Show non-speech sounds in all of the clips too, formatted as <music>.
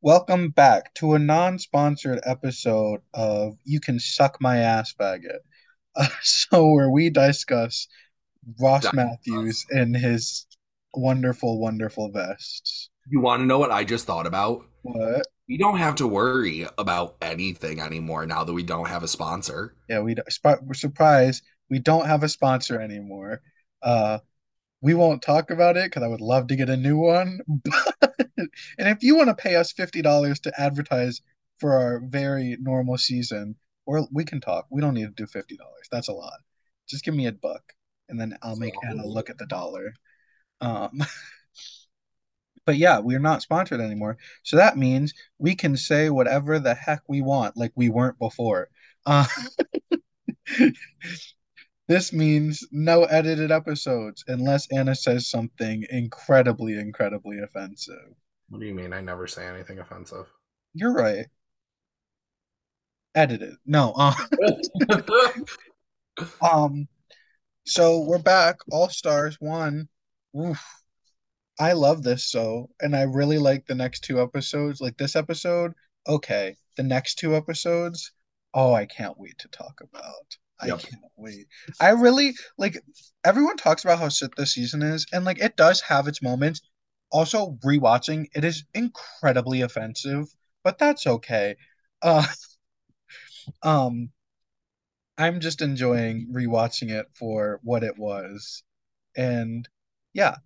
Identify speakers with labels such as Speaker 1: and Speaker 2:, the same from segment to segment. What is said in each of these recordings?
Speaker 1: Welcome back to a non-sponsored episode of You Can Suck My Ass Faggot. <laughs> Uh, so where we discuss Ross
Speaker 2: Discuss.
Speaker 1: Matthews and his wonderful, wonderful vests.
Speaker 2: You want to know what I just thought about?
Speaker 1: What?
Speaker 2: We don't have to worry about anything anymore now that we don't have a sponsor.
Speaker 1: Yeah, we don't- sp- we're surprised we don't have a sponsor anymore. Uh, we won't talk about it because I would love to get a new one. <laughs> But, and if you want to pay us fifty dollars to advertise for our very normal season, or we can talk. We don't need to do fifty dollars. That's a lot. Just give me a buck, and then I'll make
Speaker 2: So-
Speaker 1: Anna look at the dollar. Um, <laughs> but yeah, we're not sponsored anymore, so that means we can say whatever the heck we want, like we weren't before. Uh, this means no edited episodes unless Anna says something incredibly, incredibly offensive.
Speaker 2: What do you mean? I never say anything <laughs> offensive.
Speaker 1: You're right. Edited. No. Uh, um. So we're back. All stars one. Oof. I love this so, and I really like the next two episodes. Like this episode, okay. The next two episodes, oh, I can't wait to talk about. I
Speaker 2: Yep.
Speaker 1: can't wait. I really like. Everyone talks about how shit this season is, and like it does have its moments. Also, rewatching it is incredibly offensive, but that's okay. Uh, <laughs> um, I'm just enjoying rewatching it for what it was, and yeah,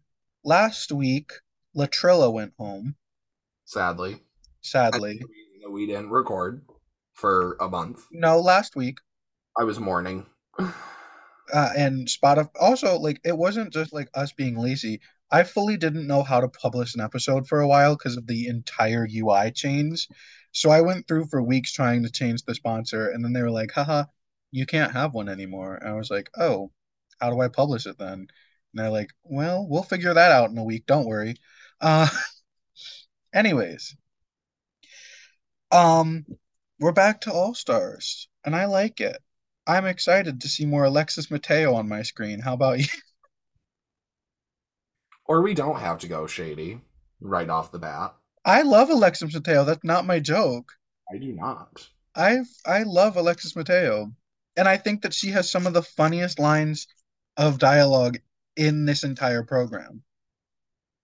Speaker 1: last week Latrilla went home,
Speaker 2: Sadly,
Speaker 1: sadly.
Speaker 2: That's the reason that we didn't record for a month.
Speaker 1: No, last week.
Speaker 2: I was mourning. <sighs>
Speaker 1: Uh, and Spotify also like it wasn't just like us being lazy. I fully didn't know how to publish an episode for a while because of the entire UI change. So I went through for weeks trying to change the sponsor, and then they were like, haha, you can't have one anymore. And I was like, oh, how do I publish it then? And they're like, well, we'll figure that out in a week. Don't worry. Uh, <laughs> anyways, um, we're back to All Stars, and I like it. I'm excited to see more Alexis Mateo on my screen. How about you? <laughs>
Speaker 2: Or we don't have to go shady right off the bat.
Speaker 1: I love Alexis Mateo. That's not my joke.
Speaker 2: I do not.
Speaker 1: I I love Alexis Mateo, and I think that she has some of the funniest lines of dialogue in this entire program.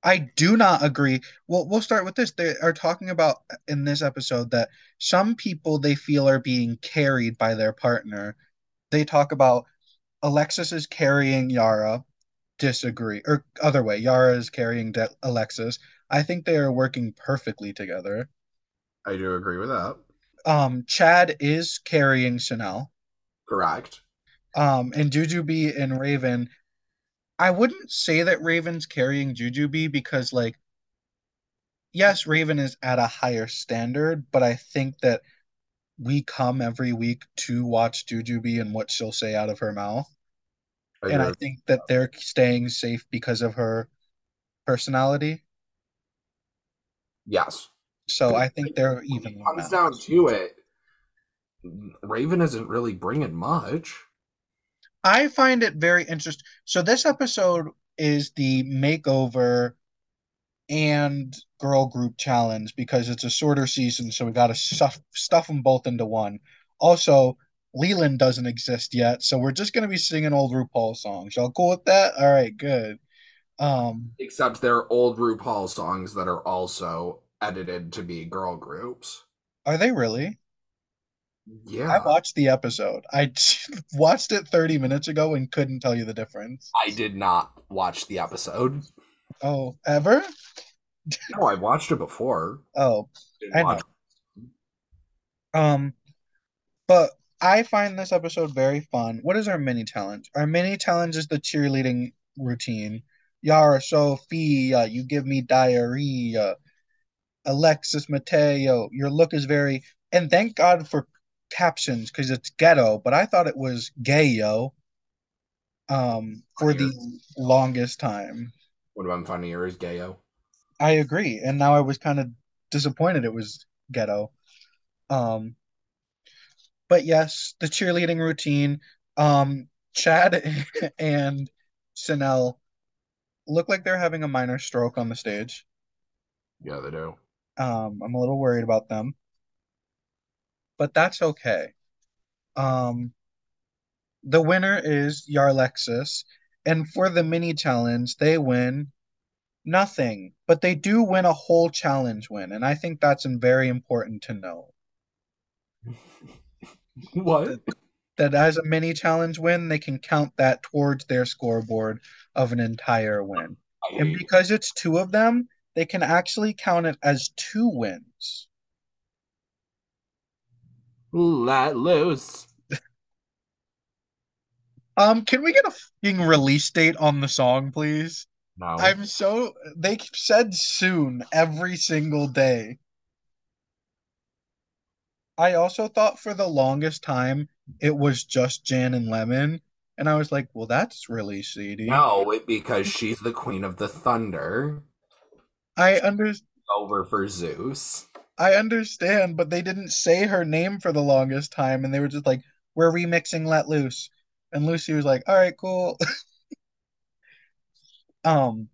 Speaker 1: I do not agree. Well, we'll start with this. They are talking about uh, in this episode that some people they feel are being carried by their partner. They talk about Alexis is carrying Yara. Disagree. Or other way, Yara is carrying De- Alexis. I think they are working perfectly together.
Speaker 2: I do agree with that.
Speaker 1: Um, Chad is carrying Chanel.
Speaker 2: Correct.
Speaker 1: Um, and Jujubee and Raven. I wouldn't say that Raven's carrying Jujubee because, like, yes, Raven is at a higher standard, but I think that we come every week to watch Jujubee and what she'll say out of her mouth.
Speaker 2: I
Speaker 1: and
Speaker 2: do
Speaker 1: I think that they're staying safe because of her personality.
Speaker 2: yes.
Speaker 1: So I think they're even.
Speaker 2: When it comes down to it, Raven isn't really bringing much.
Speaker 1: I find it very interesting. So this episode is the makeover and girl group challenge because it's a shorter season, so we got to stuff stuff them both into one. Also, Leland doesn't exist yet, so we're just gonna be singing old RuPaul songs. Y'all cool with that? All right, good. Um,
Speaker 2: Except they're old RuPaul songs that are also edited to be girl groups.
Speaker 1: are they really?
Speaker 2: Yeah.
Speaker 1: I watched the episode. I <laughs> watched it 30 minutes ago and couldn't tell you the difference.
Speaker 2: I did not watch the episode.
Speaker 1: Oh, ever?
Speaker 2: No, I watched it before.
Speaker 1: Oh,
Speaker 2: Didn't
Speaker 1: I know.
Speaker 2: watch-
Speaker 1: um, but I find this episode very fun. What is our mini challenge? Our mini challenge is the cheerleading routine. Yara Sophia, you give me diarrhea. Alexis Mateo, your look is very. And thank God for captions because it's ghetto, but I thought it was gayo um, for the longest time.
Speaker 2: Would have been funnier as Gayo.
Speaker 1: I agree, and now I was kind of disappointed it was ghetto. Um, but yes, the cheerleading routine. Um, Chad <laughs> and Sanel look like they're having a minor stroke on the stage. <laughs>
Speaker 2: Yeah, they do.
Speaker 1: Um, I'm a little worried about them, but that's okay. Um, the winner is Yarlexis, and for the mini challenge, they win nothing, but they do win a whole challenge win, and I think that's very important to know.
Speaker 2: What?
Speaker 1: That as a mini challenge win, they can count that towards their scoreboard of an entire win. And because it's two of them, they can actually count it as two wins.
Speaker 2: Let loose.
Speaker 1: Um, can we get a fucking release date on the song, please?
Speaker 2: No.
Speaker 1: I'm so they said soon every single day. I also thought for the longest time it was just Jan and Lemon, and I was like, well, that's really seedy.
Speaker 2: no, it- because she's the queen of the thunder.
Speaker 1: I under
Speaker 2: Over for Zeus.
Speaker 1: I understand, but they didn't say her name for the longest time, and they were just like, we're remixing Let Loose, and Lucy was like, all right, cool. <laughs> um,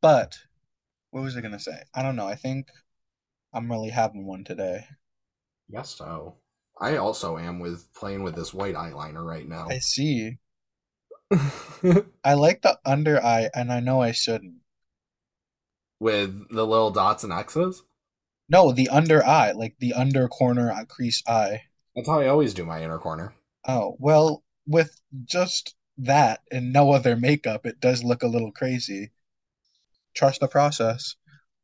Speaker 1: but what was I gonna say? I don't know. I think I'm really having one today.
Speaker 2: Yes, so. I also am with playing with this white eyeliner right now. <laughs>
Speaker 1: I see. I like the under eye, and I know I shouldn't.
Speaker 2: with the little dots and X's.
Speaker 1: No, the under eye, like the under corner uh, crease eye.
Speaker 2: That's how I always do my inner corner.
Speaker 1: Oh, well, with just that and no other makeup, it does look a little crazy. Trust the process.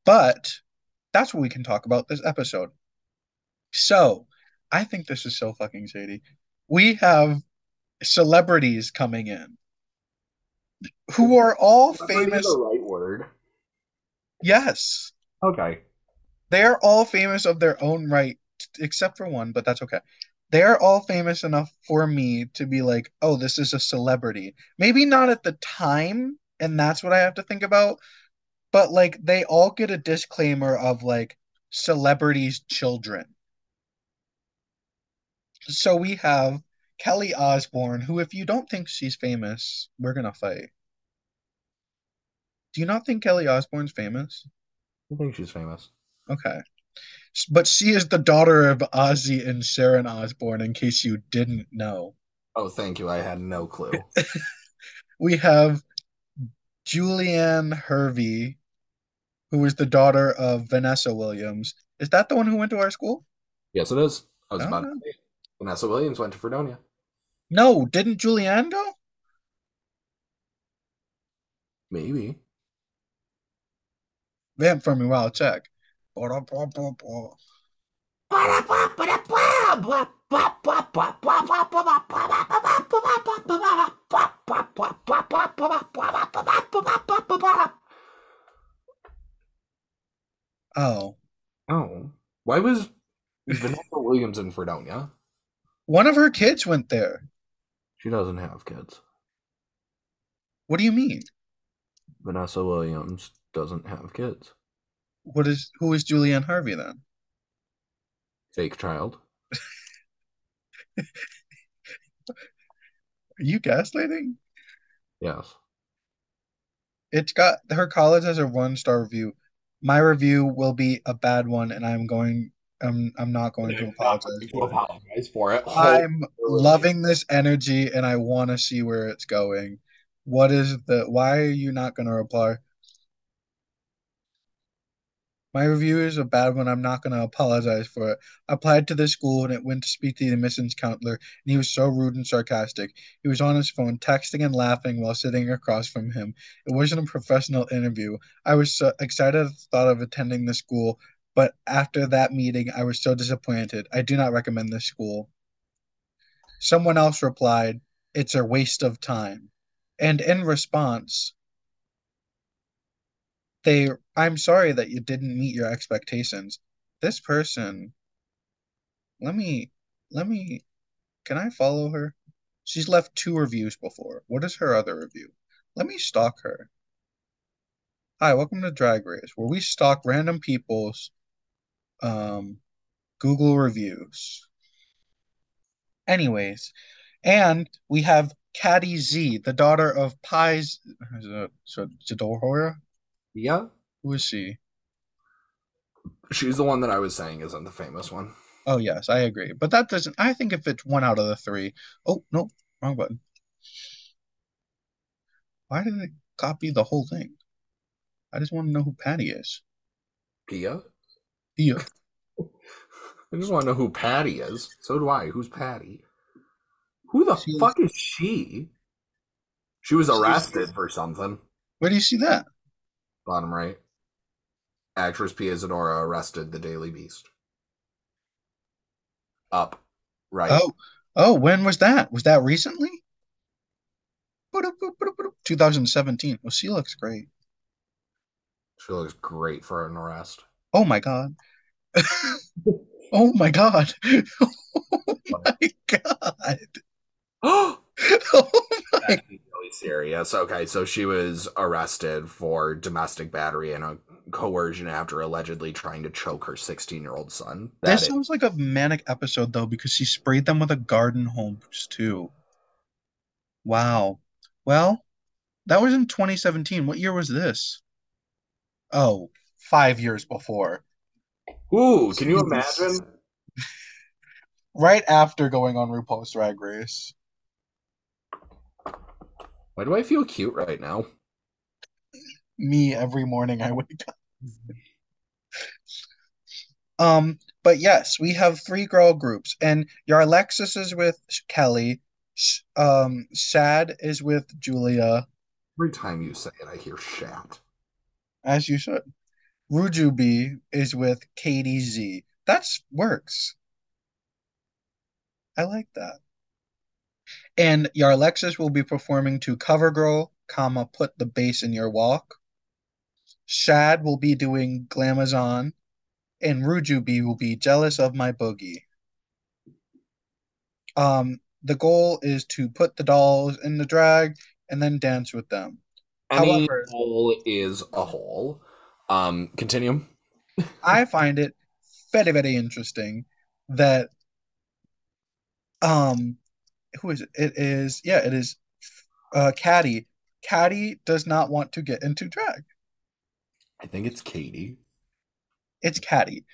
Speaker 1: But that's what we can talk about this episode. So, I think this is so fucking shady. We have celebrities coming in who are all famous.
Speaker 2: The right word.
Speaker 1: Yes,
Speaker 2: Okay.
Speaker 1: they are all famous of their own right, t- except for one, but that's okay. They are all famous enough for me to be like, oh, this is a celebrity. Maybe not at the time, and that's what I have to think about, but like they all get a disclaimer of like celebrities' children. So we have Kelly Osbourne, who, if you don't think she's famous, we're gonna fight. Do you not think Kelly Osbourne's famous?
Speaker 2: I think she's famous.
Speaker 1: Okay. S- But she is the daughter of Ozzy and Sharon Osbourne, in case you didn't know.
Speaker 2: Oh, thank you. I had no clue.
Speaker 1: We have Julianne Hervey, who is the daughter of Vanessa Williams. Is that the one who went to our school?
Speaker 2: yes, it is. I was
Speaker 1: Oh.
Speaker 2: about to say it. Vanessa Williams went to Fredonia.
Speaker 1: No, didn't Julianne go?
Speaker 2: Maybe.
Speaker 1: Vamp for me while I check. Ba-da-ba-ba-ba.
Speaker 2: Oh,
Speaker 1: Oh.
Speaker 2: why was Vanessa Williams in Fredonia?
Speaker 1: One of her kids went there.
Speaker 2: She doesn't have kids.
Speaker 1: What do you mean?
Speaker 2: Vanessa Williams doesn't have kids.
Speaker 1: What is who is Julianne Harvey then?
Speaker 2: Fake child.
Speaker 1: Are you gaslighting?
Speaker 2: Yes.
Speaker 1: It's got her college has a one star review. My review will be a bad one, and I'm going. I'm I'm not going to apologize.
Speaker 2: To
Speaker 1: For it.
Speaker 2: apologize for it.
Speaker 1: I'm loving this energy, and I want to see where it's going. What is the? Why are you not going to reply? My review is a bad one. I'm not going to apologize for it. I applied to this school and it went to speak to the admissions counselor, and he was so rude and sarcastic. He was on his phone, texting and laughing while sitting across from him. It wasn't a professional interview. I was so excited at the thought of attending the school, but after that meeting, I was so disappointed. I do not recommend this school. Someone else replied, It's a waste of time. And in response, they I'm sorry that you didn't meet your expectations. This person, let me let me can I follow her? She's left two reviews before. What is her other review? Let me stalk her. Hi, welcome to Drag Race, where we stalk random people's um Google reviews. Anyways, and we have Caddy Z, the daughter of Pies. Is it- so Zadorhora?
Speaker 2: Yeah.
Speaker 1: Who is she?
Speaker 2: She's the one that I was saying isn't the famous one.
Speaker 1: Oh yes, I agree. But that doesn't. I think if it's one out of the three. Oh no, wrong button. Why did it copy the whole thing? I just want to know who Patty is.
Speaker 2: Pia? <laughs>
Speaker 1: Thea.
Speaker 2: I just want to know who Patty is. So do I. Who's Patty? Who the
Speaker 1: She-
Speaker 2: fuck is she? She was
Speaker 1: She-
Speaker 2: arrested for something.
Speaker 1: Where do you see that?
Speaker 2: Bottom right. Actress Pia Zadora arrested the Daily Beast. Up. Right.
Speaker 1: Oh, oh, when was that? Was that recently? 2017. Well, she looks great.
Speaker 2: She looks great for an arrest. <gasps>
Speaker 1: Oh my god. oh my god. <laughs> Oh my god.
Speaker 2: Oh,
Speaker 1: Oh
Speaker 2: That's really serious. Okay, so she was arrested for domestic battery and a coercion after allegedly trying to choke her 16 year old son. That
Speaker 1: This
Speaker 2: is-
Speaker 1: sounds like a manic episode though, because she sprayed them with a garden hose too. Wow. Well, that was in 2017. What year was this? Oh, five years before.
Speaker 2: Ooh, can you imagine?
Speaker 1: Right after going on RuPaul's Drag Race.
Speaker 2: Why do I feel cute right now?
Speaker 1: Me every morning I wake up. Um, but yes, we have three girl groups, and your Alexis is with Kelly. S- Um, Sad is with Julia.
Speaker 2: Every time you say it, I hear shat.
Speaker 1: As you should. Rujubi is with Katie Z. That's works. I like that. And Yarlexis will be performing to Covergirl, comma, Put the Bass in Your Walk. Shad will be doing Glamazon, and Rujubi will be Jealous of My Boogie. Um, the goal is to put the dolls in the drag and then dance with them.
Speaker 2: Any
Speaker 1: However-
Speaker 2: hole is a hole. Um, continue.
Speaker 1: I find it very, very interesting that um who is it? It is yeah, it is uh Caddy. Caddy does not want to get into drag.
Speaker 2: I think it's Katie.
Speaker 1: It's Caddy.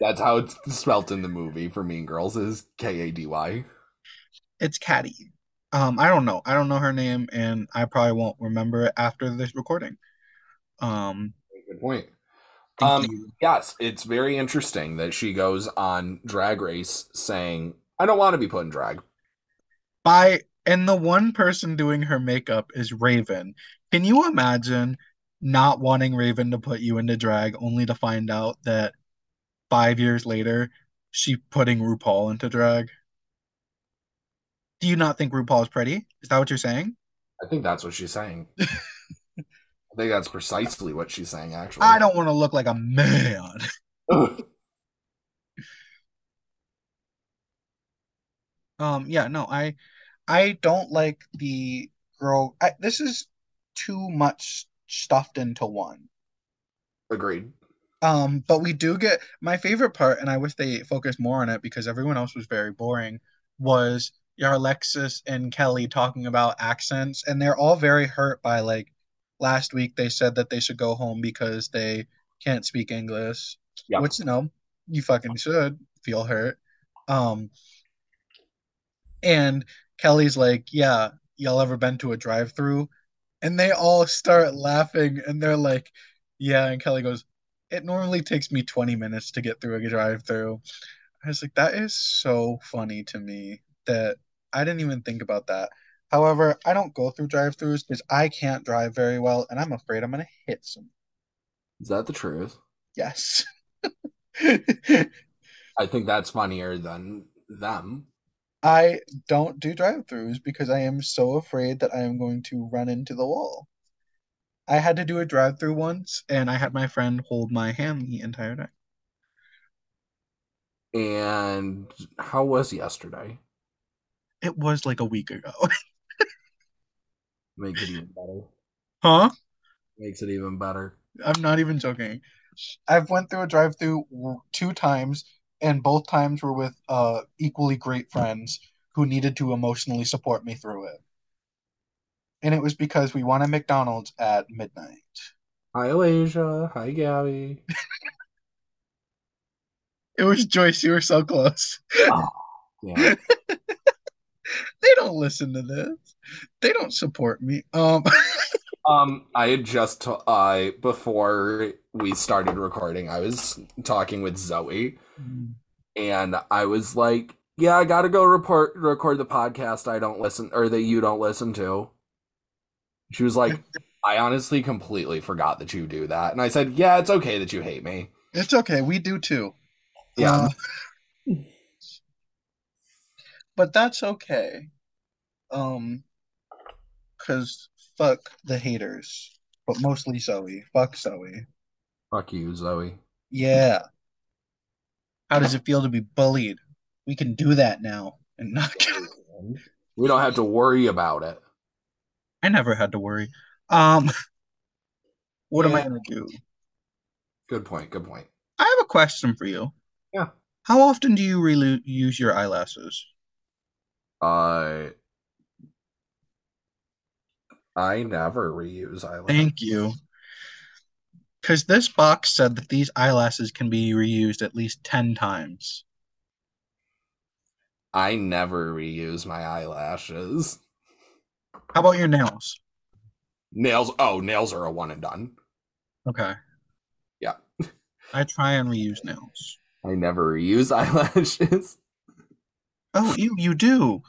Speaker 2: That's how it's <laughs> spelt in the movie for Mean Girls is K A D Y.
Speaker 1: It's Caddy. Um, I don't know. I don't know her name and I probably won't remember it after this recording. Um,
Speaker 2: Good point.
Speaker 1: thank
Speaker 2: Um,
Speaker 1: you.
Speaker 2: Yes, it's very interesting that she goes on Drag Race saying, I don't want to be put in drag.
Speaker 1: By and the one person doing her makeup is Raven. Can you imagine not wanting Raven to put you into drag only to find out that five years later she putting RuPaul into drag? Do you not think RuPaul is pretty? Is that what you're saying?
Speaker 2: I think that's what
Speaker 1: <laughs>
Speaker 2: she's saying. I think that's precisely what she's saying, actually.
Speaker 1: I don't want to look like a man. <laughs>
Speaker 2: don't.
Speaker 1: Um, yeah, no, I I don't like the girl. I, this is too much stuffed into one.
Speaker 2: Agreed.
Speaker 1: Um, but we do get my favorite part, and I wish they focused more on it because everyone else was very boring, was your Alexis and Kelly talking about accents, and they're all very hurt by like last week they said that they should go home because they can't speak English.
Speaker 2: Yeah.
Speaker 1: Which you know, you fucking should feel hurt. Um, and Kelly's like, Yeah, y'all ever been to a drive-through? And they all start laughing and they're like, Yeah, and Kelly goes, it normally takes me 20 minutes to get through a drive through. I was like, that is so funny to me that I didn't even think about that. However, I don't go through drive throughs because I can't drive very well and I'm afraid I'm going to hit some.
Speaker 2: Is that the truth?
Speaker 1: Yes. <laughs>
Speaker 2: I think that's funnier than them.
Speaker 1: I don't do drive throughs because I am so afraid that I am going to run into the wall. I had to do a drive through once and I had my friend hold my hand the entire time.
Speaker 2: And how was yesterday?
Speaker 1: It was like a week ago. <laughs>
Speaker 2: Makes it even better.
Speaker 1: Huh?
Speaker 2: Makes it even better.
Speaker 1: I'm not even joking. I've went through a drive-through w- two times, and both times were with uh equally great friends who needed to emotionally support me through it. And it was because we went to McDonald's at midnight. <laughs>
Speaker 2: Hi, Alasia. Hi, Gabby.
Speaker 1: It was Joyce. You were so close. <laughs>
Speaker 2: Yeah.
Speaker 1: They don't listen to this. They don't support me. Um, <laughs>
Speaker 2: Um, I had just t- I before we started recording, I was talking with Zoe, and I was like, "Yeah, I gotta go report record the podcast. I don't listen, or that you don't listen to." She
Speaker 1: <laughs>
Speaker 2: was like, "I honestly completely forgot that you do that," and I said, "Yeah, it's okay that you hate me."
Speaker 1: it's okay. We do too.
Speaker 2: Yeah,
Speaker 1: Uh,
Speaker 2: Um,
Speaker 1: but that's okay. Um, cause fuck the haters, but mostly Zoe. Fuck Zoe.
Speaker 2: fuck you, Zoe.
Speaker 1: Yeah. How does it feel to be bullied? We can do that now and not get. <laughs>
Speaker 2: We don't have to worry about it.
Speaker 1: I never had to worry. Um, what am I
Speaker 2: Yeah.
Speaker 1: gonna do?
Speaker 2: Good point. Good point.
Speaker 1: I have a question for you.
Speaker 2: Yeah.
Speaker 1: How often do you really use your eyelashes?
Speaker 2: Uh, I never reuse eyeliner.
Speaker 1: Thank you. Because this box said that these eyelashes can be reused at least 10 times.
Speaker 2: I never reuse my eyelashes.
Speaker 1: How about your nails?
Speaker 2: Nails. Oh, nails are a one and done.
Speaker 1: Okay.
Speaker 2: Yeah.
Speaker 1: <laughs> I try and reuse nails.
Speaker 2: I never reuse <laughs> eyelashes.
Speaker 1: Oh, you you do.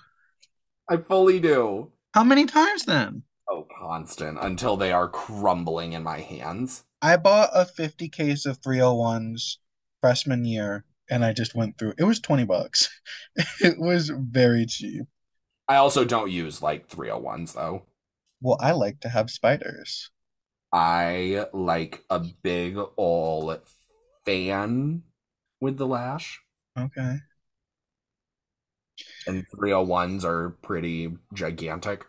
Speaker 2: I fully do.
Speaker 1: How many times then?
Speaker 2: Oh, constant until they are crumbling in my hands.
Speaker 1: I bought a 50 case of 301s freshman year and I just went through. It was 20 bucks. <laughs> It was very cheap.
Speaker 2: I also don't use like 301s though.
Speaker 1: Well, I like to have spiders.
Speaker 2: I like a big ol' fan with the lash,
Speaker 1: Okay.
Speaker 2: and 301s are pretty gigantic.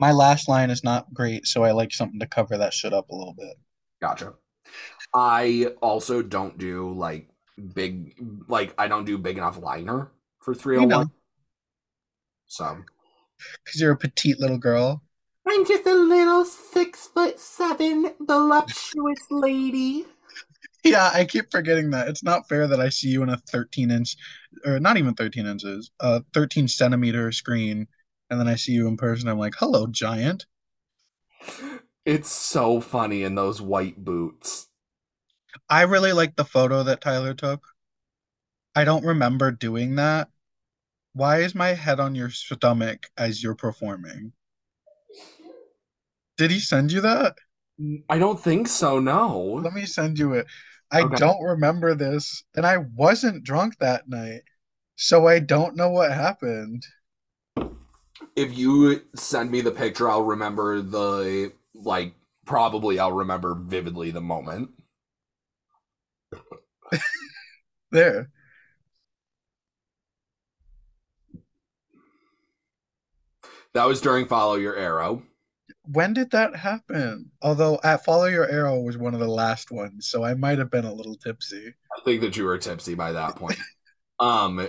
Speaker 1: My lash line is not great, so I like something to cover that shit up a little bit.
Speaker 2: Gotcha. I also don't do like big, like I don't do big enough liner for three
Speaker 1: You
Speaker 2: hundred
Speaker 1: know,
Speaker 2: one. So
Speaker 1: because you're a petite little girl.
Speaker 2: I'm just a little six foot seven voluptuous lady.
Speaker 1: Yeah, I keep forgetting that. It's not fair that I see you in a 13 inch, or not even 13 inches, a 13 centimeter screen, and then I see you in person. I'm like, hello, giant.
Speaker 2: It's so funny in those white boots.
Speaker 1: I really like the photo that Tyler took. I don't remember doing that. Why is my head on your stomach as you're performing? Did he send you that?
Speaker 2: I don't think so. No.
Speaker 1: Let me send you it. I
Speaker 2: Okay.
Speaker 1: don't remember this, and I wasn't drunk that night, so I don't know what happened.
Speaker 2: If you send me the picture, I'll remember the like. Probably, I'll remember vividly the moment.
Speaker 1: There.
Speaker 2: That was during Follow Your Arrow.
Speaker 1: When did that happen? Although at Follow Your Arrow was one of the last ones, so I might have been a little tipsy.
Speaker 2: I think that you were tipsy by that point. Um,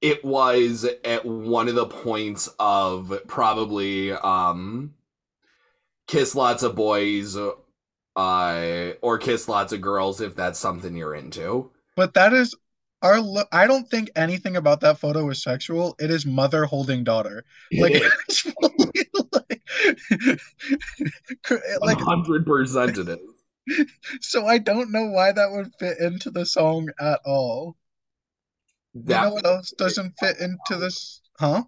Speaker 2: it was at one of the points of probably um, kiss lots of boys, uh, or kiss lots of girls if that's something you're into.
Speaker 1: But that is our look. I don't think anything about that photo is sexual. It is mother holding daughter. Like, it's fully, like, <laughs>
Speaker 2: One
Speaker 1: like
Speaker 2: hundred percent it is.
Speaker 1: so I don't know why that would fit into the song at all. You know
Speaker 2: That
Speaker 1: what else doesn't fit into this? Huh?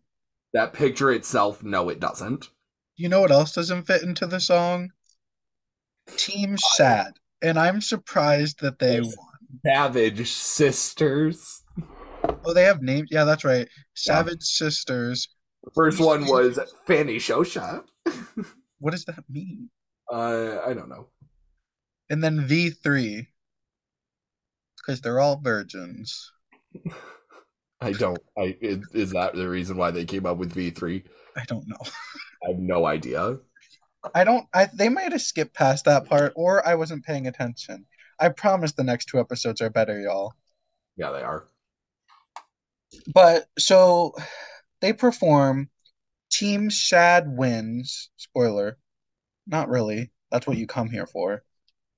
Speaker 2: that picture itself, no, it doesn't.
Speaker 1: You know what else doesn't fit into the song? Team Sad. And I'm surprised that they
Speaker 2: Yes.
Speaker 1: won.
Speaker 2: Savage sisters.
Speaker 1: Oh, they have names. Yeah, that's right. Savage Sisters.
Speaker 2: First one was Fanny Shosha. <laughs>
Speaker 1: What does that mean?
Speaker 2: Uh, I don't know.
Speaker 1: And then V3. Because they're all virgins.
Speaker 2: I don't. I is, is that the reason why they came up with V three?
Speaker 1: I don't know.
Speaker 2: I have no idea.
Speaker 1: I don't. I they might have skipped past that part, or I wasn't paying attention. I promise the next two episodes are better, y'all.
Speaker 2: Yeah, they are.
Speaker 1: But so they perform. Team Shad wins. Spoiler. Not really. That's what you come here <laughs> for.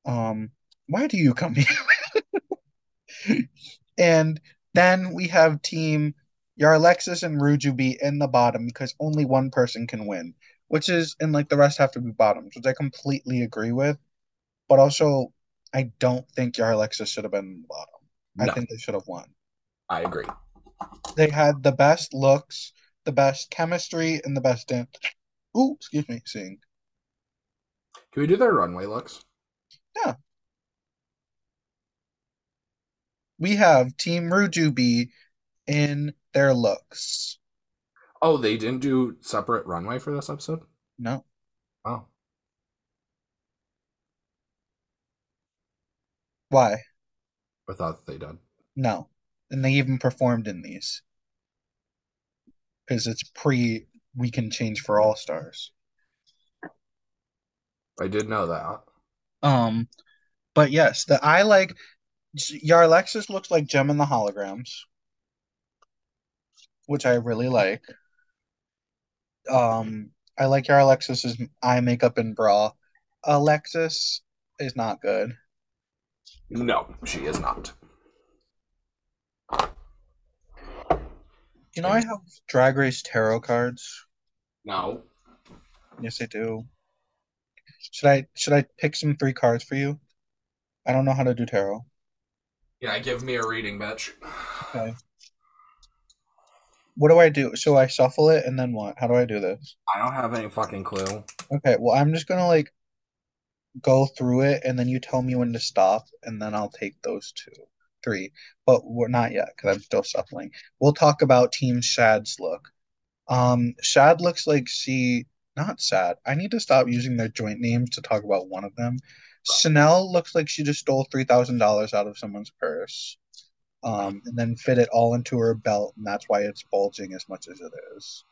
Speaker 1: Um, why do you come here? And then we have team Yarlexis and Rujubi in the bottom because only one person can win, which is, and like the rest have to be bottoms, which I completely agree with. But also, I don't think Yarlexis should have been in the bottom.
Speaker 2: No.
Speaker 1: I think they should have won.
Speaker 2: I agree.
Speaker 1: They had the best looks, the best chemistry, and the best dance. Ooh, excuse me, seeing.
Speaker 2: Can we do their runway looks?
Speaker 1: We have Team Rujubi in their looks.
Speaker 2: Oh, they didn't do separate runway for this episode?
Speaker 1: No.
Speaker 2: Oh.
Speaker 1: Why?
Speaker 2: I thought they did.
Speaker 1: No. And they even performed in these. Because it's pre We Can Change for All Stars.
Speaker 2: I did know that.
Speaker 1: Um, but yes, the I like Yarlexis looks like Gem in the holograms, which I really like. Um, I like Yarlexis's eye makeup and bra. Alexis is not good.
Speaker 2: No, she is not.
Speaker 1: You know, I have Drag Race tarot cards.
Speaker 2: No.
Speaker 1: Yes, I do. Should I should I pick some three cards for you? I don't know how to do tarot.
Speaker 2: Yeah, give me a reading, bitch.
Speaker 1: What do I do? So I shuffle it and then what? How do I do this?
Speaker 2: I don't have any fucking clue.
Speaker 1: Okay, well I'm just gonna like go through it and then you tell me when to stop and then I'll take those two, three. But we're not yet because I'm still shuffling. We'll talk about Team Shad's look. Um, Shad looks like she not Shad. I need to stop using their joint names to talk about one of them. Chanel looks like she just stole three thousand dollars out of someone's purse. Um, and then fit it all into her belt, and that's why it's bulging as much as it is.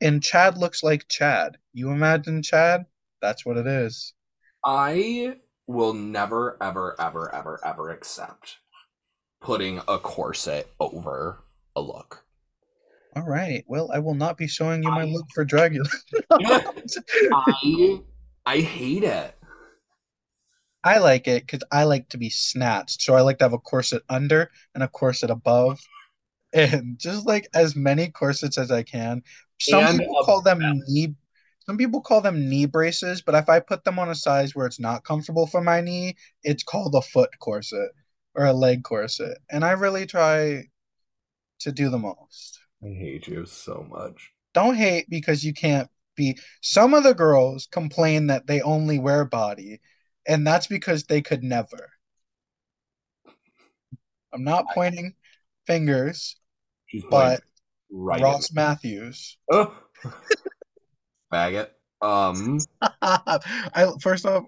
Speaker 1: And Chad looks like Chad. You imagine Chad? That's what it is.
Speaker 2: I will never, ever, ever, ever, ever accept putting a corset over a look.
Speaker 1: All right. Well, I will not be showing you my
Speaker 2: I-
Speaker 1: look for Dragula. <laughs>
Speaker 2: I I hate it.
Speaker 1: I like it because I like to be snatched. So I like to have a corset under and a corset above, and <laughs> just like as many corsets as I can. Some
Speaker 2: And
Speaker 1: people
Speaker 2: a
Speaker 1: call them knee. Some people call them knee braces, but if I put them on a size where it's not comfortable for my knee, it's called a foot corset or a leg corset. And I really try to do the most.
Speaker 2: I hate you so much.
Speaker 1: don't hate because you can't be some of the girls complain that they only wear body and that's because they could never i'm not pointing fingers
Speaker 2: She's pointing
Speaker 1: but
Speaker 2: right. at me.
Speaker 1: ross matthews <laughs>
Speaker 2: <laughs> Ugh. Faggot. Um,
Speaker 1: i first off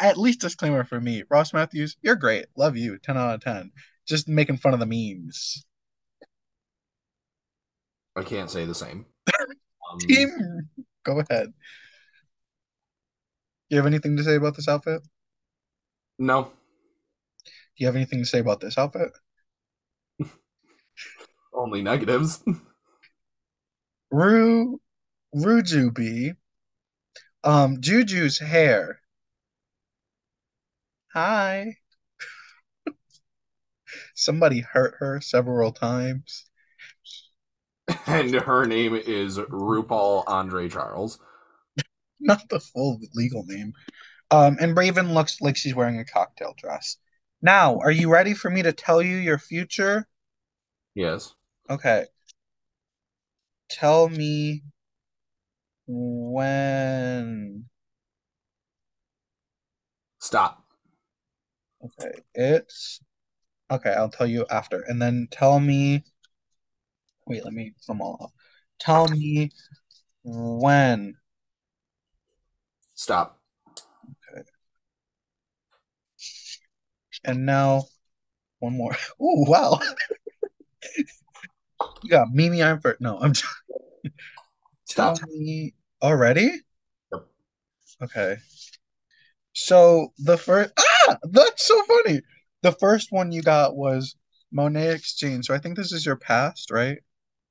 Speaker 1: at least disclaimer for me ross matthews you're great love you 10 out of 10 just making fun of the memes
Speaker 2: I can't say the same. Um,
Speaker 1: team <laughs> go ahead do you have anything to say about this outfit do
Speaker 2: No,
Speaker 1: you have anything to say about this outfit
Speaker 2: only negatives. <laughs>
Speaker 1: Ru Rujubi. Um Juju's hair. Hi. <laughs> Somebody hurt her several times.
Speaker 2: and her name is RuPaul Andre Charles.
Speaker 1: Not the full legal name. Um and Raven looks like she's wearing a cocktail dress. Now, are you ready for me to tell you your future?
Speaker 2: Yes.
Speaker 1: Okay. Tell me when
Speaker 2: Stop.
Speaker 1: Okay, it's okay. I'll tell you after, and then tell me. Wait, let me sum all up. Tell me when.
Speaker 2: Stop.
Speaker 1: And now, one more. <laughs> Oh wow! you got Mimi I'm for No, I'm. Just, <laughs> tell
Speaker 2: Stop.
Speaker 1: me already.
Speaker 2: Yep.
Speaker 1: Okay. So the first. Ah, that's so funny. The first one you got was Monet Exchange. So I think this is your past, right?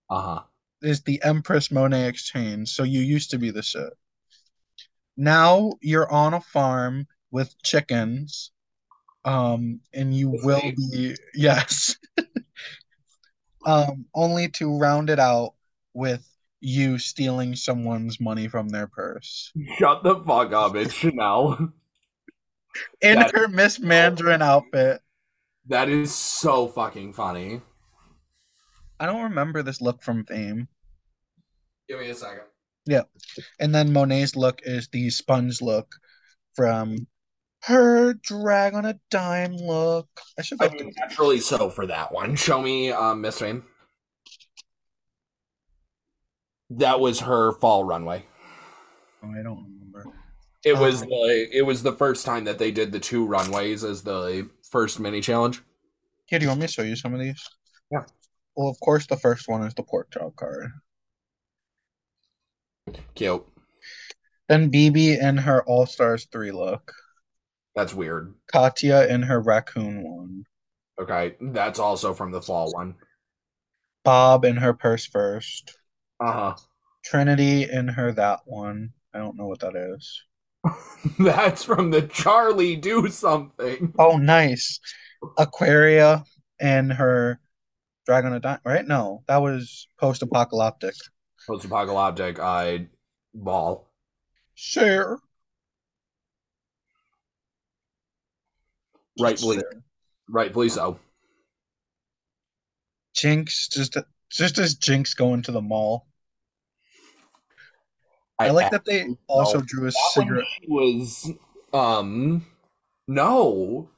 Speaker 2: Uh huh.
Speaker 1: is the Empress Monet Exchange. So you used to be the shit. Now you're on a farm with chickens um, and you
Speaker 2: With
Speaker 1: will
Speaker 2: me.
Speaker 1: be <laughs> yes. um, only to round it out with you stealing someone's money from their purse.
Speaker 2: Shut the fuck up, it's Chanel. <laughs>
Speaker 1: In
Speaker 2: That-
Speaker 1: her Miss Mandarin outfit.
Speaker 2: That is so fucking funny.
Speaker 1: I don't remember this look from Fame.
Speaker 2: Give me a second.
Speaker 1: And then Monet's look is the sponge look from her drag on a dime look. I should
Speaker 2: I
Speaker 1: have
Speaker 2: mean, naturally so for that one. Show me um, Miss Fame. That was her fall runway.
Speaker 1: I don't remember.
Speaker 2: It was
Speaker 1: Um,
Speaker 2: the it was the first time that they did the two runways as the first mini challenge.
Speaker 1: Here, do you want me to show you some of these?
Speaker 2: Yeah.
Speaker 1: Well, of course, the first one is the pork chop card.
Speaker 2: Cute.
Speaker 1: Then BB in her All Stars 3 look.
Speaker 2: That's weird.
Speaker 1: Katya in her raccoon one.
Speaker 2: Okay, that's also from the fall one.
Speaker 1: Bob in her purse first.
Speaker 2: Uh
Speaker 1: Trinity in her that one. I don't know what that is.
Speaker 2: huh. <laughs> that's from the Charlie Do Something.
Speaker 1: Oh, nice. Aquaria and her Dragon of Dime, right? No, that was post apocalyptic.
Speaker 2: Post apocalyptic eyed ball.
Speaker 1: Sure.
Speaker 2: Rightfully, rightfully so.
Speaker 1: Jinx, just just as Jinx going to the mall. I, like that they also drew a
Speaker 2: That one
Speaker 1: cigarette.
Speaker 2: she was um no.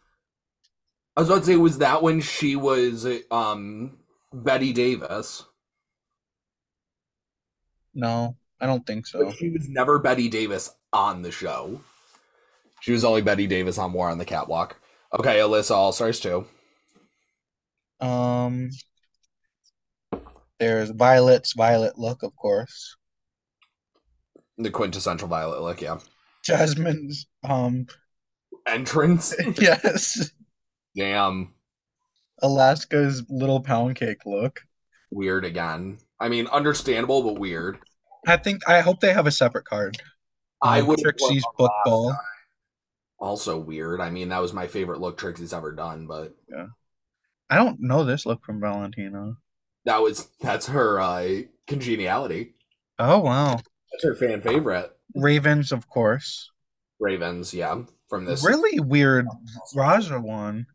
Speaker 2: I was about to say was that when she was um Betty Davis.
Speaker 1: No, I don't think so.
Speaker 2: But she was never Betty Davis on the show. She was only Betty Davis on War on the Catwalk. Okay, Alyssa All Stars too.
Speaker 1: Um, there's Violet's Violet look, of course.
Speaker 2: The quintessential Violet look, yeah.
Speaker 1: Jasmine's, um, <laughs>
Speaker 2: Entrance.
Speaker 1: yes,
Speaker 2: Damn.
Speaker 1: Alaska's little pound cake look.
Speaker 2: Weird again. I mean, understandable, but weird.
Speaker 1: I think I hope they have a separate card.
Speaker 2: I
Speaker 1: Um,
Speaker 2: would
Speaker 1: Trixie's book ball.
Speaker 2: also weird. I mean, that was my favorite look Trixie's ever done, but
Speaker 1: I don't know this look from Valentina.
Speaker 2: that was that's her uh congeniality.
Speaker 1: Oh wow,
Speaker 2: That's her fan favorite.
Speaker 1: Ravens, of course.
Speaker 2: Ravens, yeah, from this.
Speaker 1: Really weird Raja one.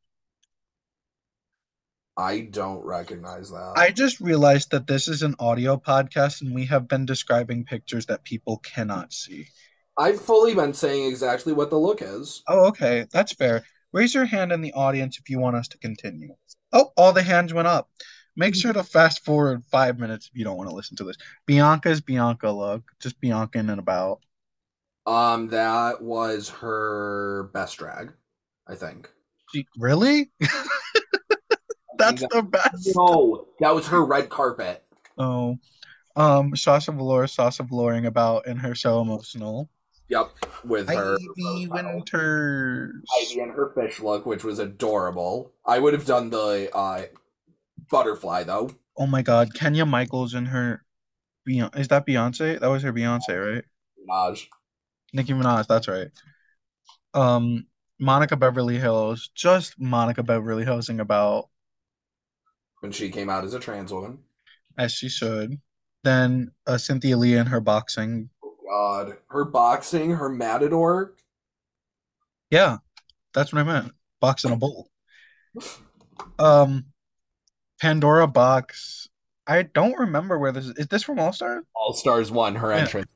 Speaker 2: I don't recognize that.
Speaker 1: I just realized that this is an audio podcast and we have been describing pictures that people cannot see.
Speaker 2: I've fully been saying exactly what the look is.
Speaker 1: Oh, okay. That's fair. Raise your hand in the audience if you want us to continue. Oh, all the hands went up. Make sure to fast forward five minutes if you don't want to listen to this. Bianca's Bianca look. Just Bianca in and about.
Speaker 2: Um, that was her best drag, I think.
Speaker 1: She, really? That's the best.
Speaker 2: no, that was her red carpet.
Speaker 1: Oh. Um, Sasha Valor, Sasha Valoring about in her so emotional.
Speaker 2: Yep, with her
Speaker 1: Ivy
Speaker 2: rose petal.
Speaker 1: Winters.
Speaker 2: Ivy and her fish look, which was adorable. I would have done the uh, butterfly though.
Speaker 1: Oh my God, Kenya Michaels and her Beyonce. Is that Beyonce? That was her Beyonce, right?
Speaker 2: Minaj.
Speaker 1: Nicki Minaj, that's right. Um, Monica Beverly Hills, just Monica Beverly Hillsing about
Speaker 2: when she came out as a trans woman.
Speaker 1: as she should. Then uh, Cynthia Lee and her boxing.
Speaker 2: God, her boxing, her matador.
Speaker 1: Yeah, that's what I meant. Box in a bowl. Um, Pandora box. I don't remember where this is. Is this from All Star?
Speaker 2: All Stars won her
Speaker 1: Yeah.
Speaker 2: entrance.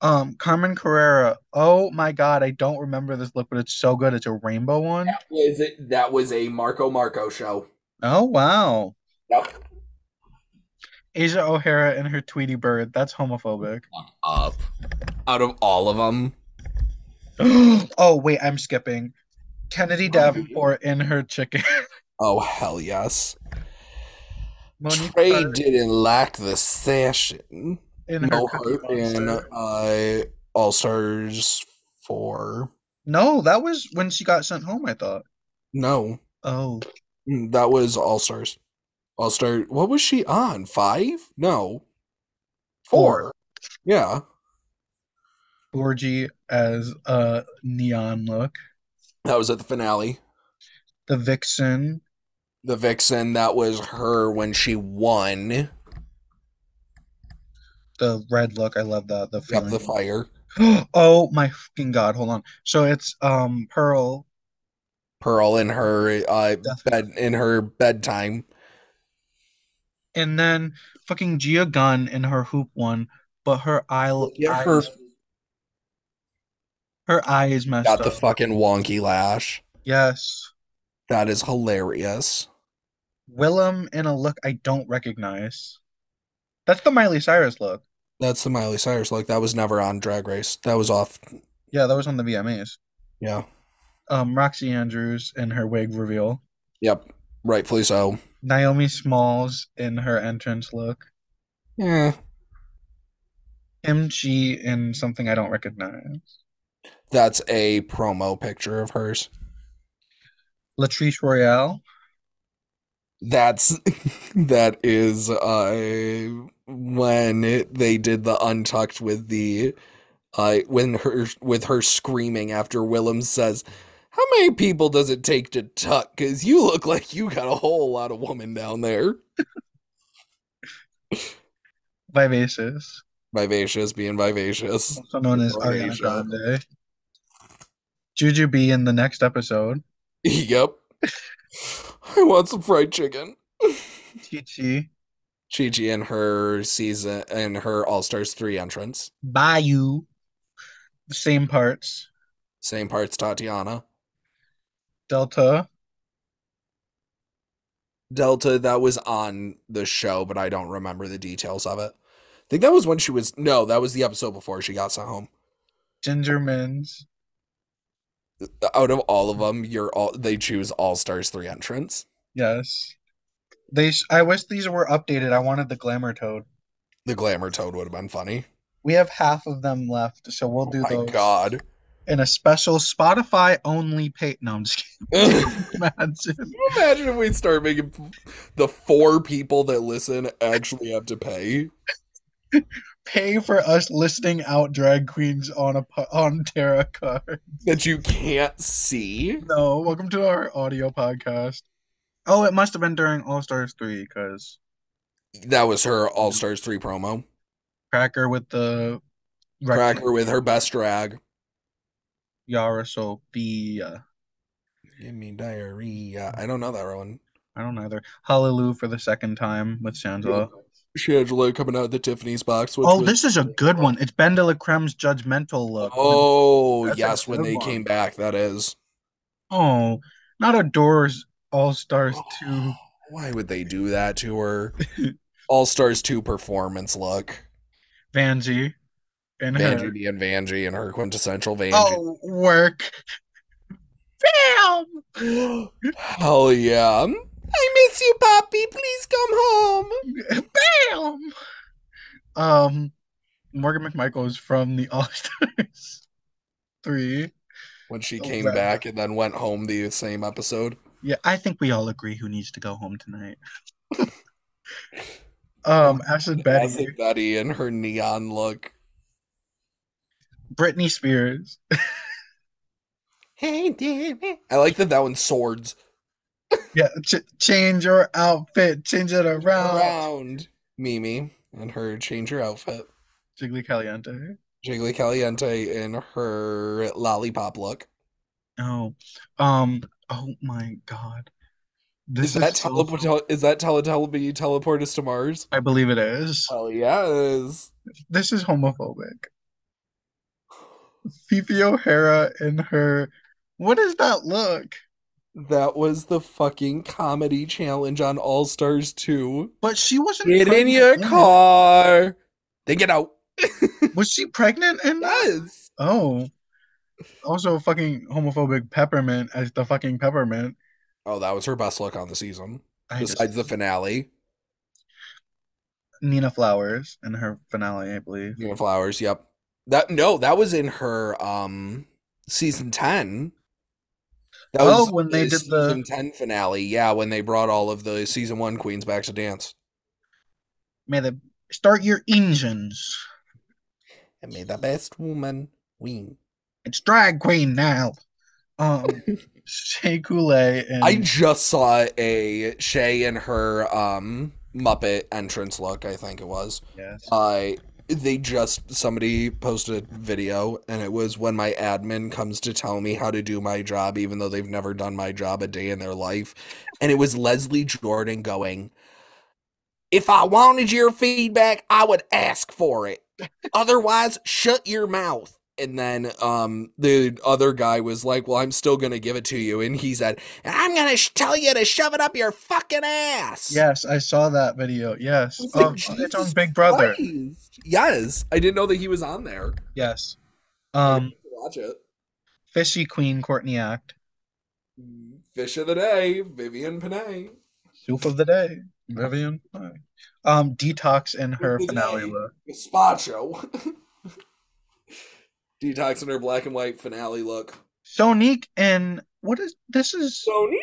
Speaker 1: Um, Carmen Carrera. Oh my God, I don't remember this look, but it's so good. It's a rainbow one.
Speaker 2: That was it? That was a Marco Marco show.
Speaker 1: Oh wow.
Speaker 2: Yep.
Speaker 1: Asia O'Hara and her Tweety Bird. That's
Speaker 2: <gasps>
Speaker 1: homophobic.
Speaker 2: Up. Out of all of them,
Speaker 1: oh, wait, I'm skipping. Kennedy Davenport in her chicken. <laughs>
Speaker 2: oh hell yes.
Speaker 1: Monique
Speaker 2: Trey
Speaker 1: Bird
Speaker 2: didn't lack the session.
Speaker 1: in her
Speaker 2: No
Speaker 1: cookie
Speaker 2: hurt in
Speaker 1: monster.
Speaker 2: uh, All Stars four.
Speaker 1: No, that was when she got sent home, I thought.
Speaker 2: No,
Speaker 1: Oh,
Speaker 2: Mm, that was All Stars. All Star. What was she on? Five? No,
Speaker 1: Four.
Speaker 2: four. Yeah.
Speaker 1: Gorgie as a neon look.
Speaker 2: That was at the finale.
Speaker 1: The Vixen.
Speaker 2: The Vixen, that was her when she won
Speaker 1: The red look. I love that. The
Speaker 2: Yep, the
Speaker 1: feeling.
Speaker 2: Fire.
Speaker 1: <gasps> oh my fucking god! Hold on. So it's um Pearl.
Speaker 2: Pearl in her uh
Speaker 1: Death-
Speaker 2: bed in her bedtime.
Speaker 1: and then fucking Gia Gunn in her hoop one, but her eye,
Speaker 2: Yeah,
Speaker 1: eyes,
Speaker 2: her
Speaker 1: her, eyes messed
Speaker 2: got the
Speaker 1: up.
Speaker 2: fucking wonky lash.
Speaker 1: yes,
Speaker 2: That is hilarious.
Speaker 1: Willem in a look I don't recognize. That's the Miley Cyrus look.
Speaker 2: That's the Miley Cyrus look. That was never on Drag Race. That was off.
Speaker 1: Yeah, that was on the VMAs.
Speaker 2: Yeah.
Speaker 1: Um, Roxy Andrews in her wig reveal.
Speaker 2: Yep. Rightfully so.
Speaker 1: Naomi Smalls in her entrance look.
Speaker 2: Yeah.
Speaker 1: MG in something I don't recognize.
Speaker 2: That's a promo picture of hers.
Speaker 1: Latrice Royale.
Speaker 2: That's that is uh when it, they did the untucked with the uh when her with her screaming after Willem says, "How many people does it take to tuck? Cause you look like you got a whole lot of woman down there."
Speaker 1: Vivacious.
Speaker 2: Vivacious being vivacious. <laughs>
Speaker 1: Also known as Ariana
Speaker 2: Vivacious.
Speaker 1: Grande. Juju B in the next episode.
Speaker 2: Yep. I want some fried chicken.
Speaker 1: Chichi,
Speaker 2: Chi Chi and her season and her All Stars 3 entrance.
Speaker 1: Bayou, the same parts.
Speaker 2: Same parts Tatiana.
Speaker 1: Delta,
Speaker 2: Delta, that was on the show, but I don't remember the details of it. I think that was when she was no, that was the episode before she got sent home.
Speaker 1: Ginger Min's,
Speaker 2: Out of all of them, you're all they choose All Stars 3 entrance.
Speaker 1: yes. They. s- I wish these were updated. I wanted the Glamour Toad.
Speaker 2: The Glamour Toad would have been funny.
Speaker 1: We have half of them left, so we'll do
Speaker 2: Oh My
Speaker 1: those
Speaker 2: God. <laughs>
Speaker 1: in a special Spotify only pay. No, I'm just
Speaker 2: Can
Speaker 1: kidding. <laughs> Imagine.
Speaker 2: you Imagine if we start making the four people that listen actually have to pay.
Speaker 1: Pay for us listing out drag queens on a po- on tarot card.
Speaker 2: that you can't see.
Speaker 1: No, welcome to our audio podcast. Oh, it must have been during All Stars three because
Speaker 2: That was her All Stars 3 promo.
Speaker 1: Cracker with the rec-
Speaker 2: Cracker with her best drag.
Speaker 1: Yara Sophia.
Speaker 2: Give me diarrhea. I don't know that one.
Speaker 1: I don't either. Hallelujah for the second time with Shangela.
Speaker 2: Shangela coming out of the Tiffany's box. Which
Speaker 1: Oh,
Speaker 2: was-
Speaker 1: this is a good one. It's Ben de la Creme's judgmental look.
Speaker 2: Oh,
Speaker 1: That's a
Speaker 2: yes, when
Speaker 1: good
Speaker 2: they
Speaker 1: one.
Speaker 2: came back, that is.
Speaker 1: Oh, not a Doors All Stars 2.
Speaker 2: Why would they do that to her? All Stars 2 performance look.
Speaker 1: Vanjie and her.
Speaker 2: Vanjie being Vanjie and her quintessential Vanjie.
Speaker 1: Oh, work. Bam! Oh.
Speaker 2: <gasps> Hell yeah. I miss you, Poppy. Please come home.
Speaker 1: Bam! Um, Morgan McMichael is from the <laughs> All Stars 3.
Speaker 2: When she
Speaker 1: Oh,
Speaker 2: came
Speaker 1: right.
Speaker 2: back and then went home the same episode.
Speaker 1: Yeah, I think we all agree who needs to go home
Speaker 2: <laughs>
Speaker 1: tonight. um, Acid Betty,
Speaker 2: Acid Betty in her neon look.
Speaker 1: Britney Spears,
Speaker 2: Hey, David. I like that that one's swords.
Speaker 1: yeah, ch- change your outfit, change it around.
Speaker 2: Around Mimi and her change her outfit.
Speaker 1: Jiggly Caliente.
Speaker 2: Jiggly Caliente in her lollipop look.
Speaker 1: Oh, um, oh my God, this
Speaker 2: Is that
Speaker 1: so-
Speaker 2: teleport? is that Teletubby teleport us to Mars?
Speaker 1: I believe it is.
Speaker 2: Hell yes.
Speaker 1: This is homophobic. Fifi O'Hara in her, what is that look?
Speaker 2: That was the fucking comedy challenge on All Stars 2.
Speaker 1: But she wasn't
Speaker 2: Get in
Speaker 1: pregnant
Speaker 2: your
Speaker 1: it.
Speaker 2: car. They get out.
Speaker 1: Was she pregnant in that?
Speaker 2: Yes.
Speaker 1: Oh. Also, fucking homophobic peppermint as the fucking peppermint.
Speaker 2: Oh, that was her best look on the season.
Speaker 1: I just-
Speaker 2: Besides the finale,
Speaker 1: Nina Flowers in her finale, I believe.
Speaker 2: Nina Flowers. Yep. That no, that was in her um season ten. That
Speaker 1: Oh, when they did the-
Speaker 2: season ten finale. Yeah, when they brought all of the season one queens back to dance.
Speaker 1: May the start your engines.
Speaker 2: And may the best woman win.
Speaker 1: It's drag queen now. Um,
Speaker 2: <laughs>
Speaker 1: Shea Coulee and
Speaker 2: I just saw a Shay in her um Muppet entrance look, I think it was.
Speaker 1: yes.
Speaker 2: I they just somebody posted a video and it was when my admin comes to tell me how to do my job even though they've never done my job a day in their life and it was Leslie Jordan going if I wanted your feedback I would ask for it otherwise shut your mouth and then um the other guy was like well I'm still going to give it to you and he said and I'm going to sh- tell you to shove it up your fucking ass
Speaker 1: Yes, I saw that video. Yes.
Speaker 2: I was like,
Speaker 1: Um, it's on
Speaker 2: Jesus
Speaker 1: Big Brother.
Speaker 2: Christ. Yes, I didn't know that he was on there.
Speaker 1: Yes.
Speaker 2: I
Speaker 1: Um,
Speaker 2: didn't watch it.
Speaker 1: Fishy Queen Courtney Act.
Speaker 2: Fish of the day, Vivian Panay.
Speaker 1: Soup of the day. Vivian. Hi. Um, Detox in her
Speaker 2: Soup of the
Speaker 1: finale
Speaker 2: day.
Speaker 1: look.
Speaker 2: Gazpacho. <laughs> Detox in her black and white finale look.
Speaker 1: Sonique in what is this is
Speaker 2: Sony.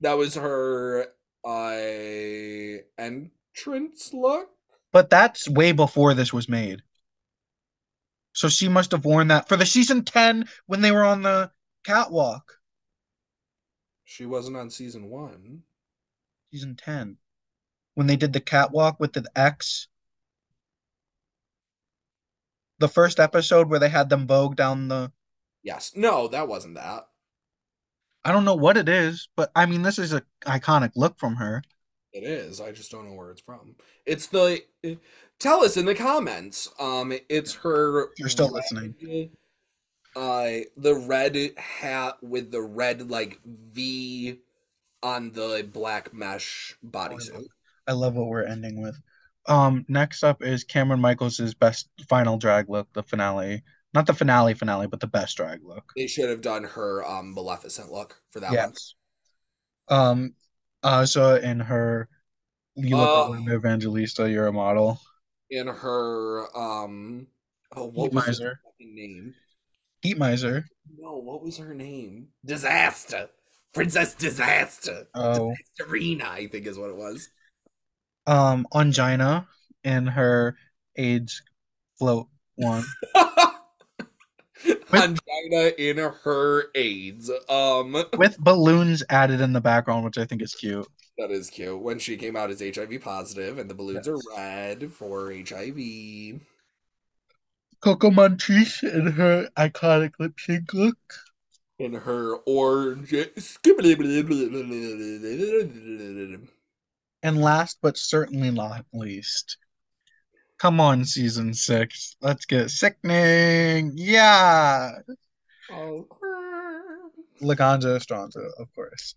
Speaker 2: That was her uh, entrance look.
Speaker 1: but that's way before this was made. So she must have worn that for the season 10 when they were on the catwalk.
Speaker 2: She wasn't on season one.
Speaker 1: Season 10. When they did the catwalk with the X. The first episode where they had them vogue down the
Speaker 2: Yes. No, that wasn't that.
Speaker 1: I don't know what it is, but I mean this is a iconic look from her.
Speaker 2: It is. I just don't know where it's from. It's the. eh, Tell us in the comments. Um, it's her.
Speaker 1: If you're still listening.
Speaker 2: red, Uh, the red hat with the red like V on the black mesh bodysuit.
Speaker 1: I love what we're ending with. Um, next up is Cameron Michaels' best final drag look, the finale. Not the finale finale, but the best drag look.
Speaker 2: They should have done her um Maleficent look for that one.
Speaker 1: Yes. Um, Aza in her you look
Speaker 2: Uh,
Speaker 1: like Linda Evangelista, you're a model.
Speaker 2: In her um, oh, what was her
Speaker 1: Miser.
Speaker 2: fucking name?
Speaker 1: Heat miser.
Speaker 2: No, what was her name? Disaster, Princess Disaster,
Speaker 1: Oh.
Speaker 2: Serena, I think is what it was.
Speaker 1: Um, Angina in her AIDS float one.
Speaker 2: Angina in her AIDS. Um,
Speaker 1: With balloons added in the background, which I think is cute.
Speaker 2: that is cute. When she came out as HIV positive, and the balloons
Speaker 1: Yes.
Speaker 2: are red for HIV.
Speaker 1: Coco Montrese in her iconic lip sync look.
Speaker 2: In her orange. Yes,
Speaker 1: And last but certainly not least, come on, season six. Let's get sickening. Yeah. Laganza Estranza, of course.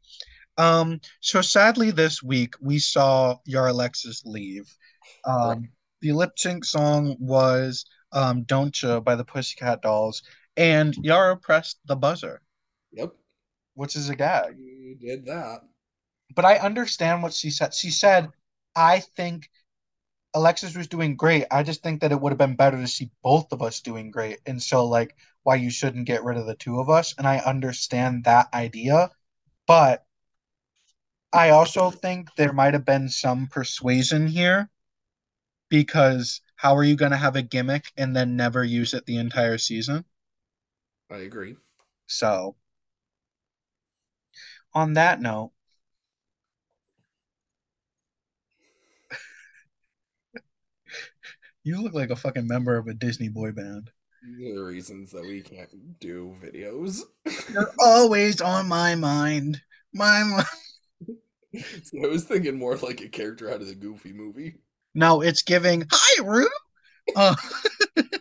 Speaker 1: Um, so sadly, this week we saw Yar Alexis leave. Um, the lip sync song was um, Don't You by the Pussycat Dolls, and Yara pressed the buzzer,
Speaker 2: Yep,
Speaker 1: which is a gag.
Speaker 2: we did that.
Speaker 1: But I understand what she said. She said, I think Alexis was doing great. I just think that it would have been better to see both of us doing great. And so, like, why you shouldn't get rid of the two of us. And I understand that idea. But I also think there might have been some persuasion here because how are you going to have a gimmick and then never use it the entire season?
Speaker 2: I agree.
Speaker 1: So, on that note, <laughs> you look like a fucking member of a Disney boy band.
Speaker 2: The reasons that we can't do videos. <laughs>
Speaker 1: You're always on my mind. My mind.
Speaker 2: So I was thinking more like a character out of the Goofy movie.
Speaker 1: <laughs> No, it's giving. Hi, Rue. Uh, <laughs>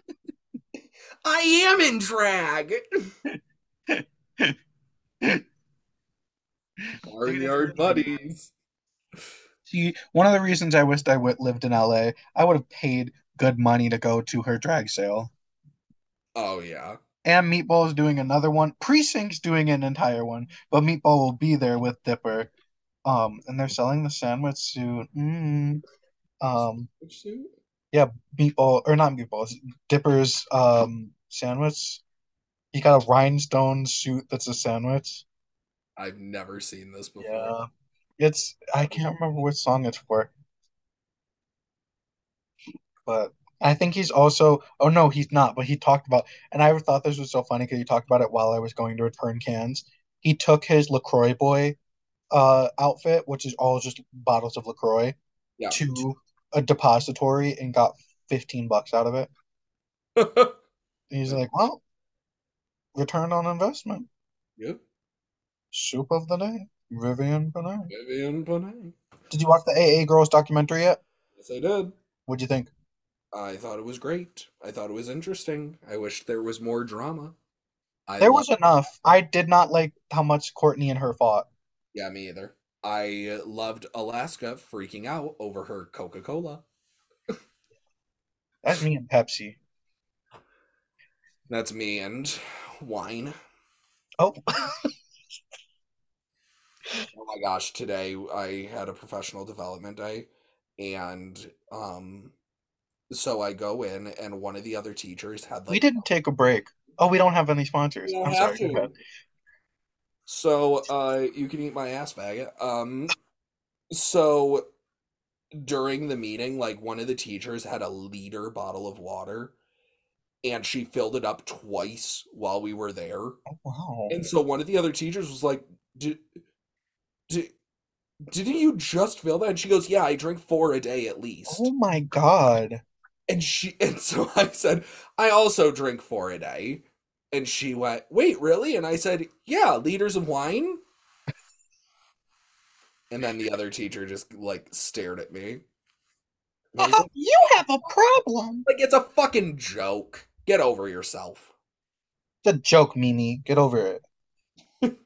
Speaker 2: I am in drag. Barnyard buddies.
Speaker 1: see, one of the reasons I wished I would lived in LA, I would have paid good money to go to her drag sale.
Speaker 2: Oh yeah.
Speaker 1: And Meatball's doing another one. Precinct's doing an entire one, but Meatball will be there with Dipper. Um, and they're selling the sandwich suit. Mm. Um,
Speaker 2: Which suit?
Speaker 1: Meatball or not Meatball, it's Dipper's um sandwich. He got a rhinestone suit that's a sandwich.
Speaker 2: I've never seen this before.
Speaker 1: Yeah. It's I can't remember which song it's for. But I think he's also oh no, he's not, but he talked about and I thought this was so funny because he talked about it while I was going to return cans. he took his LaCroix boy uh outfit, which is all just bottles of LaCroix,
Speaker 2: Yeah.
Speaker 1: to a depository and got 15 bucks out of it. And he's like, well, return on investment.
Speaker 2: <laughs> yep.
Speaker 1: Soup of the day. Vivian Bonet.
Speaker 2: Vivian Bonet.
Speaker 1: Did you watch the AA Girls documentary yet?
Speaker 2: Yes, I did.
Speaker 1: What'd you think?
Speaker 2: I thought it was great. I thought it was interesting. I wish there was more drama. I
Speaker 1: There
Speaker 2: lo-
Speaker 1: was enough. I did not like how much Courtney and her fought.
Speaker 2: yeah, me either. I loved Alaska freaking out over her Coca Cola.
Speaker 1: That's me and Pepsi.
Speaker 2: That's me and wine.
Speaker 1: Oh,
Speaker 2: Oh my gosh, today I had a professional development day and um so I go in and one of the other teachers had like
Speaker 1: we
Speaker 2: <laughs>
Speaker 1: didn't take a break. Oh, we don't have any sponsors.
Speaker 2: You don't
Speaker 1: I'm
Speaker 2: have
Speaker 1: sorry.
Speaker 2: to. So, uh, you can eat my ass, faggot. Um, so during the meeting, like one of the teachers had a liter bottle of water and she filled it up twice while we were there.
Speaker 1: Oh, wow.
Speaker 2: And so one of the other teachers was like, did, did, didn't you just fill that? And she goes, yeah, I drink four a day at least.
Speaker 1: Oh my God.
Speaker 2: And she, <laughs> and so I said, I also drink four a day. And she went, wait, really? And I said, yeah, liters of wine. And then the other teacher just like stared at me. And
Speaker 1: <laughs>
Speaker 2: I was like,
Speaker 1: you have a problem.
Speaker 2: like, it's a fucking joke. Get over yourself.
Speaker 1: It's a joke, Mimi. Get over it.
Speaker 2: <laughs>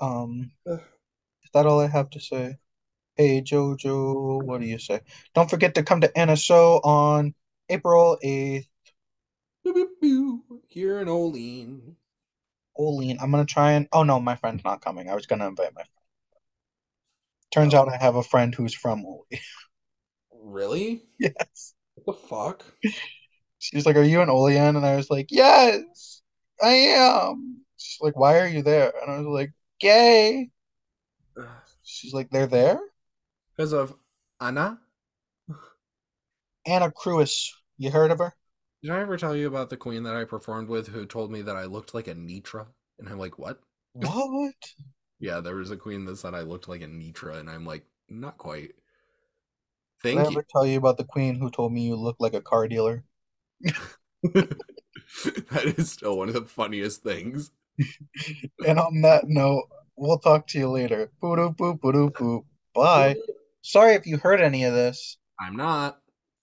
Speaker 1: Um,
Speaker 2: Ugh.
Speaker 1: is that all I have to say? Hey, JoJo, what do you say? Don't forget to come to NSO on April 8th.
Speaker 2: Boop, boop, boo, Here in Olean.
Speaker 1: Olean, I'm gonna try and. Oh no, my friend's not coming. I was gonna invite my friend. Turns out I have a friend who's from Olean.
Speaker 2: Really?
Speaker 1: <laughs> yes.
Speaker 2: What the fuck? <sighs>
Speaker 1: She's like, Are you in Olean? And I was like, Yes, I am. She's like, Why are you there? And I was like, Gay. She's like, They're there?
Speaker 2: Because of Anna?
Speaker 1: Anna Cruis. You heard of her?
Speaker 2: Did I ever tell you about the queen that I performed with who told me that I looked like a Nitra? And I'm like, what?
Speaker 1: What?
Speaker 2: Yeah, there was a queen that said I looked like a Nitra, and I'm like, not quite.
Speaker 1: Did
Speaker 2: Thank
Speaker 1: I ever tell you about the queen who told me you look like a car dealer? <laughs>
Speaker 2: you. <laughs> that is still one of the funniest things.
Speaker 1: And on that note, we'll talk to you later. Boodoo boop boodoo boop. Bye. Sorry if you heard any of this.
Speaker 2: I'm not.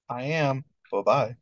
Speaker 1: I am. Bye bye.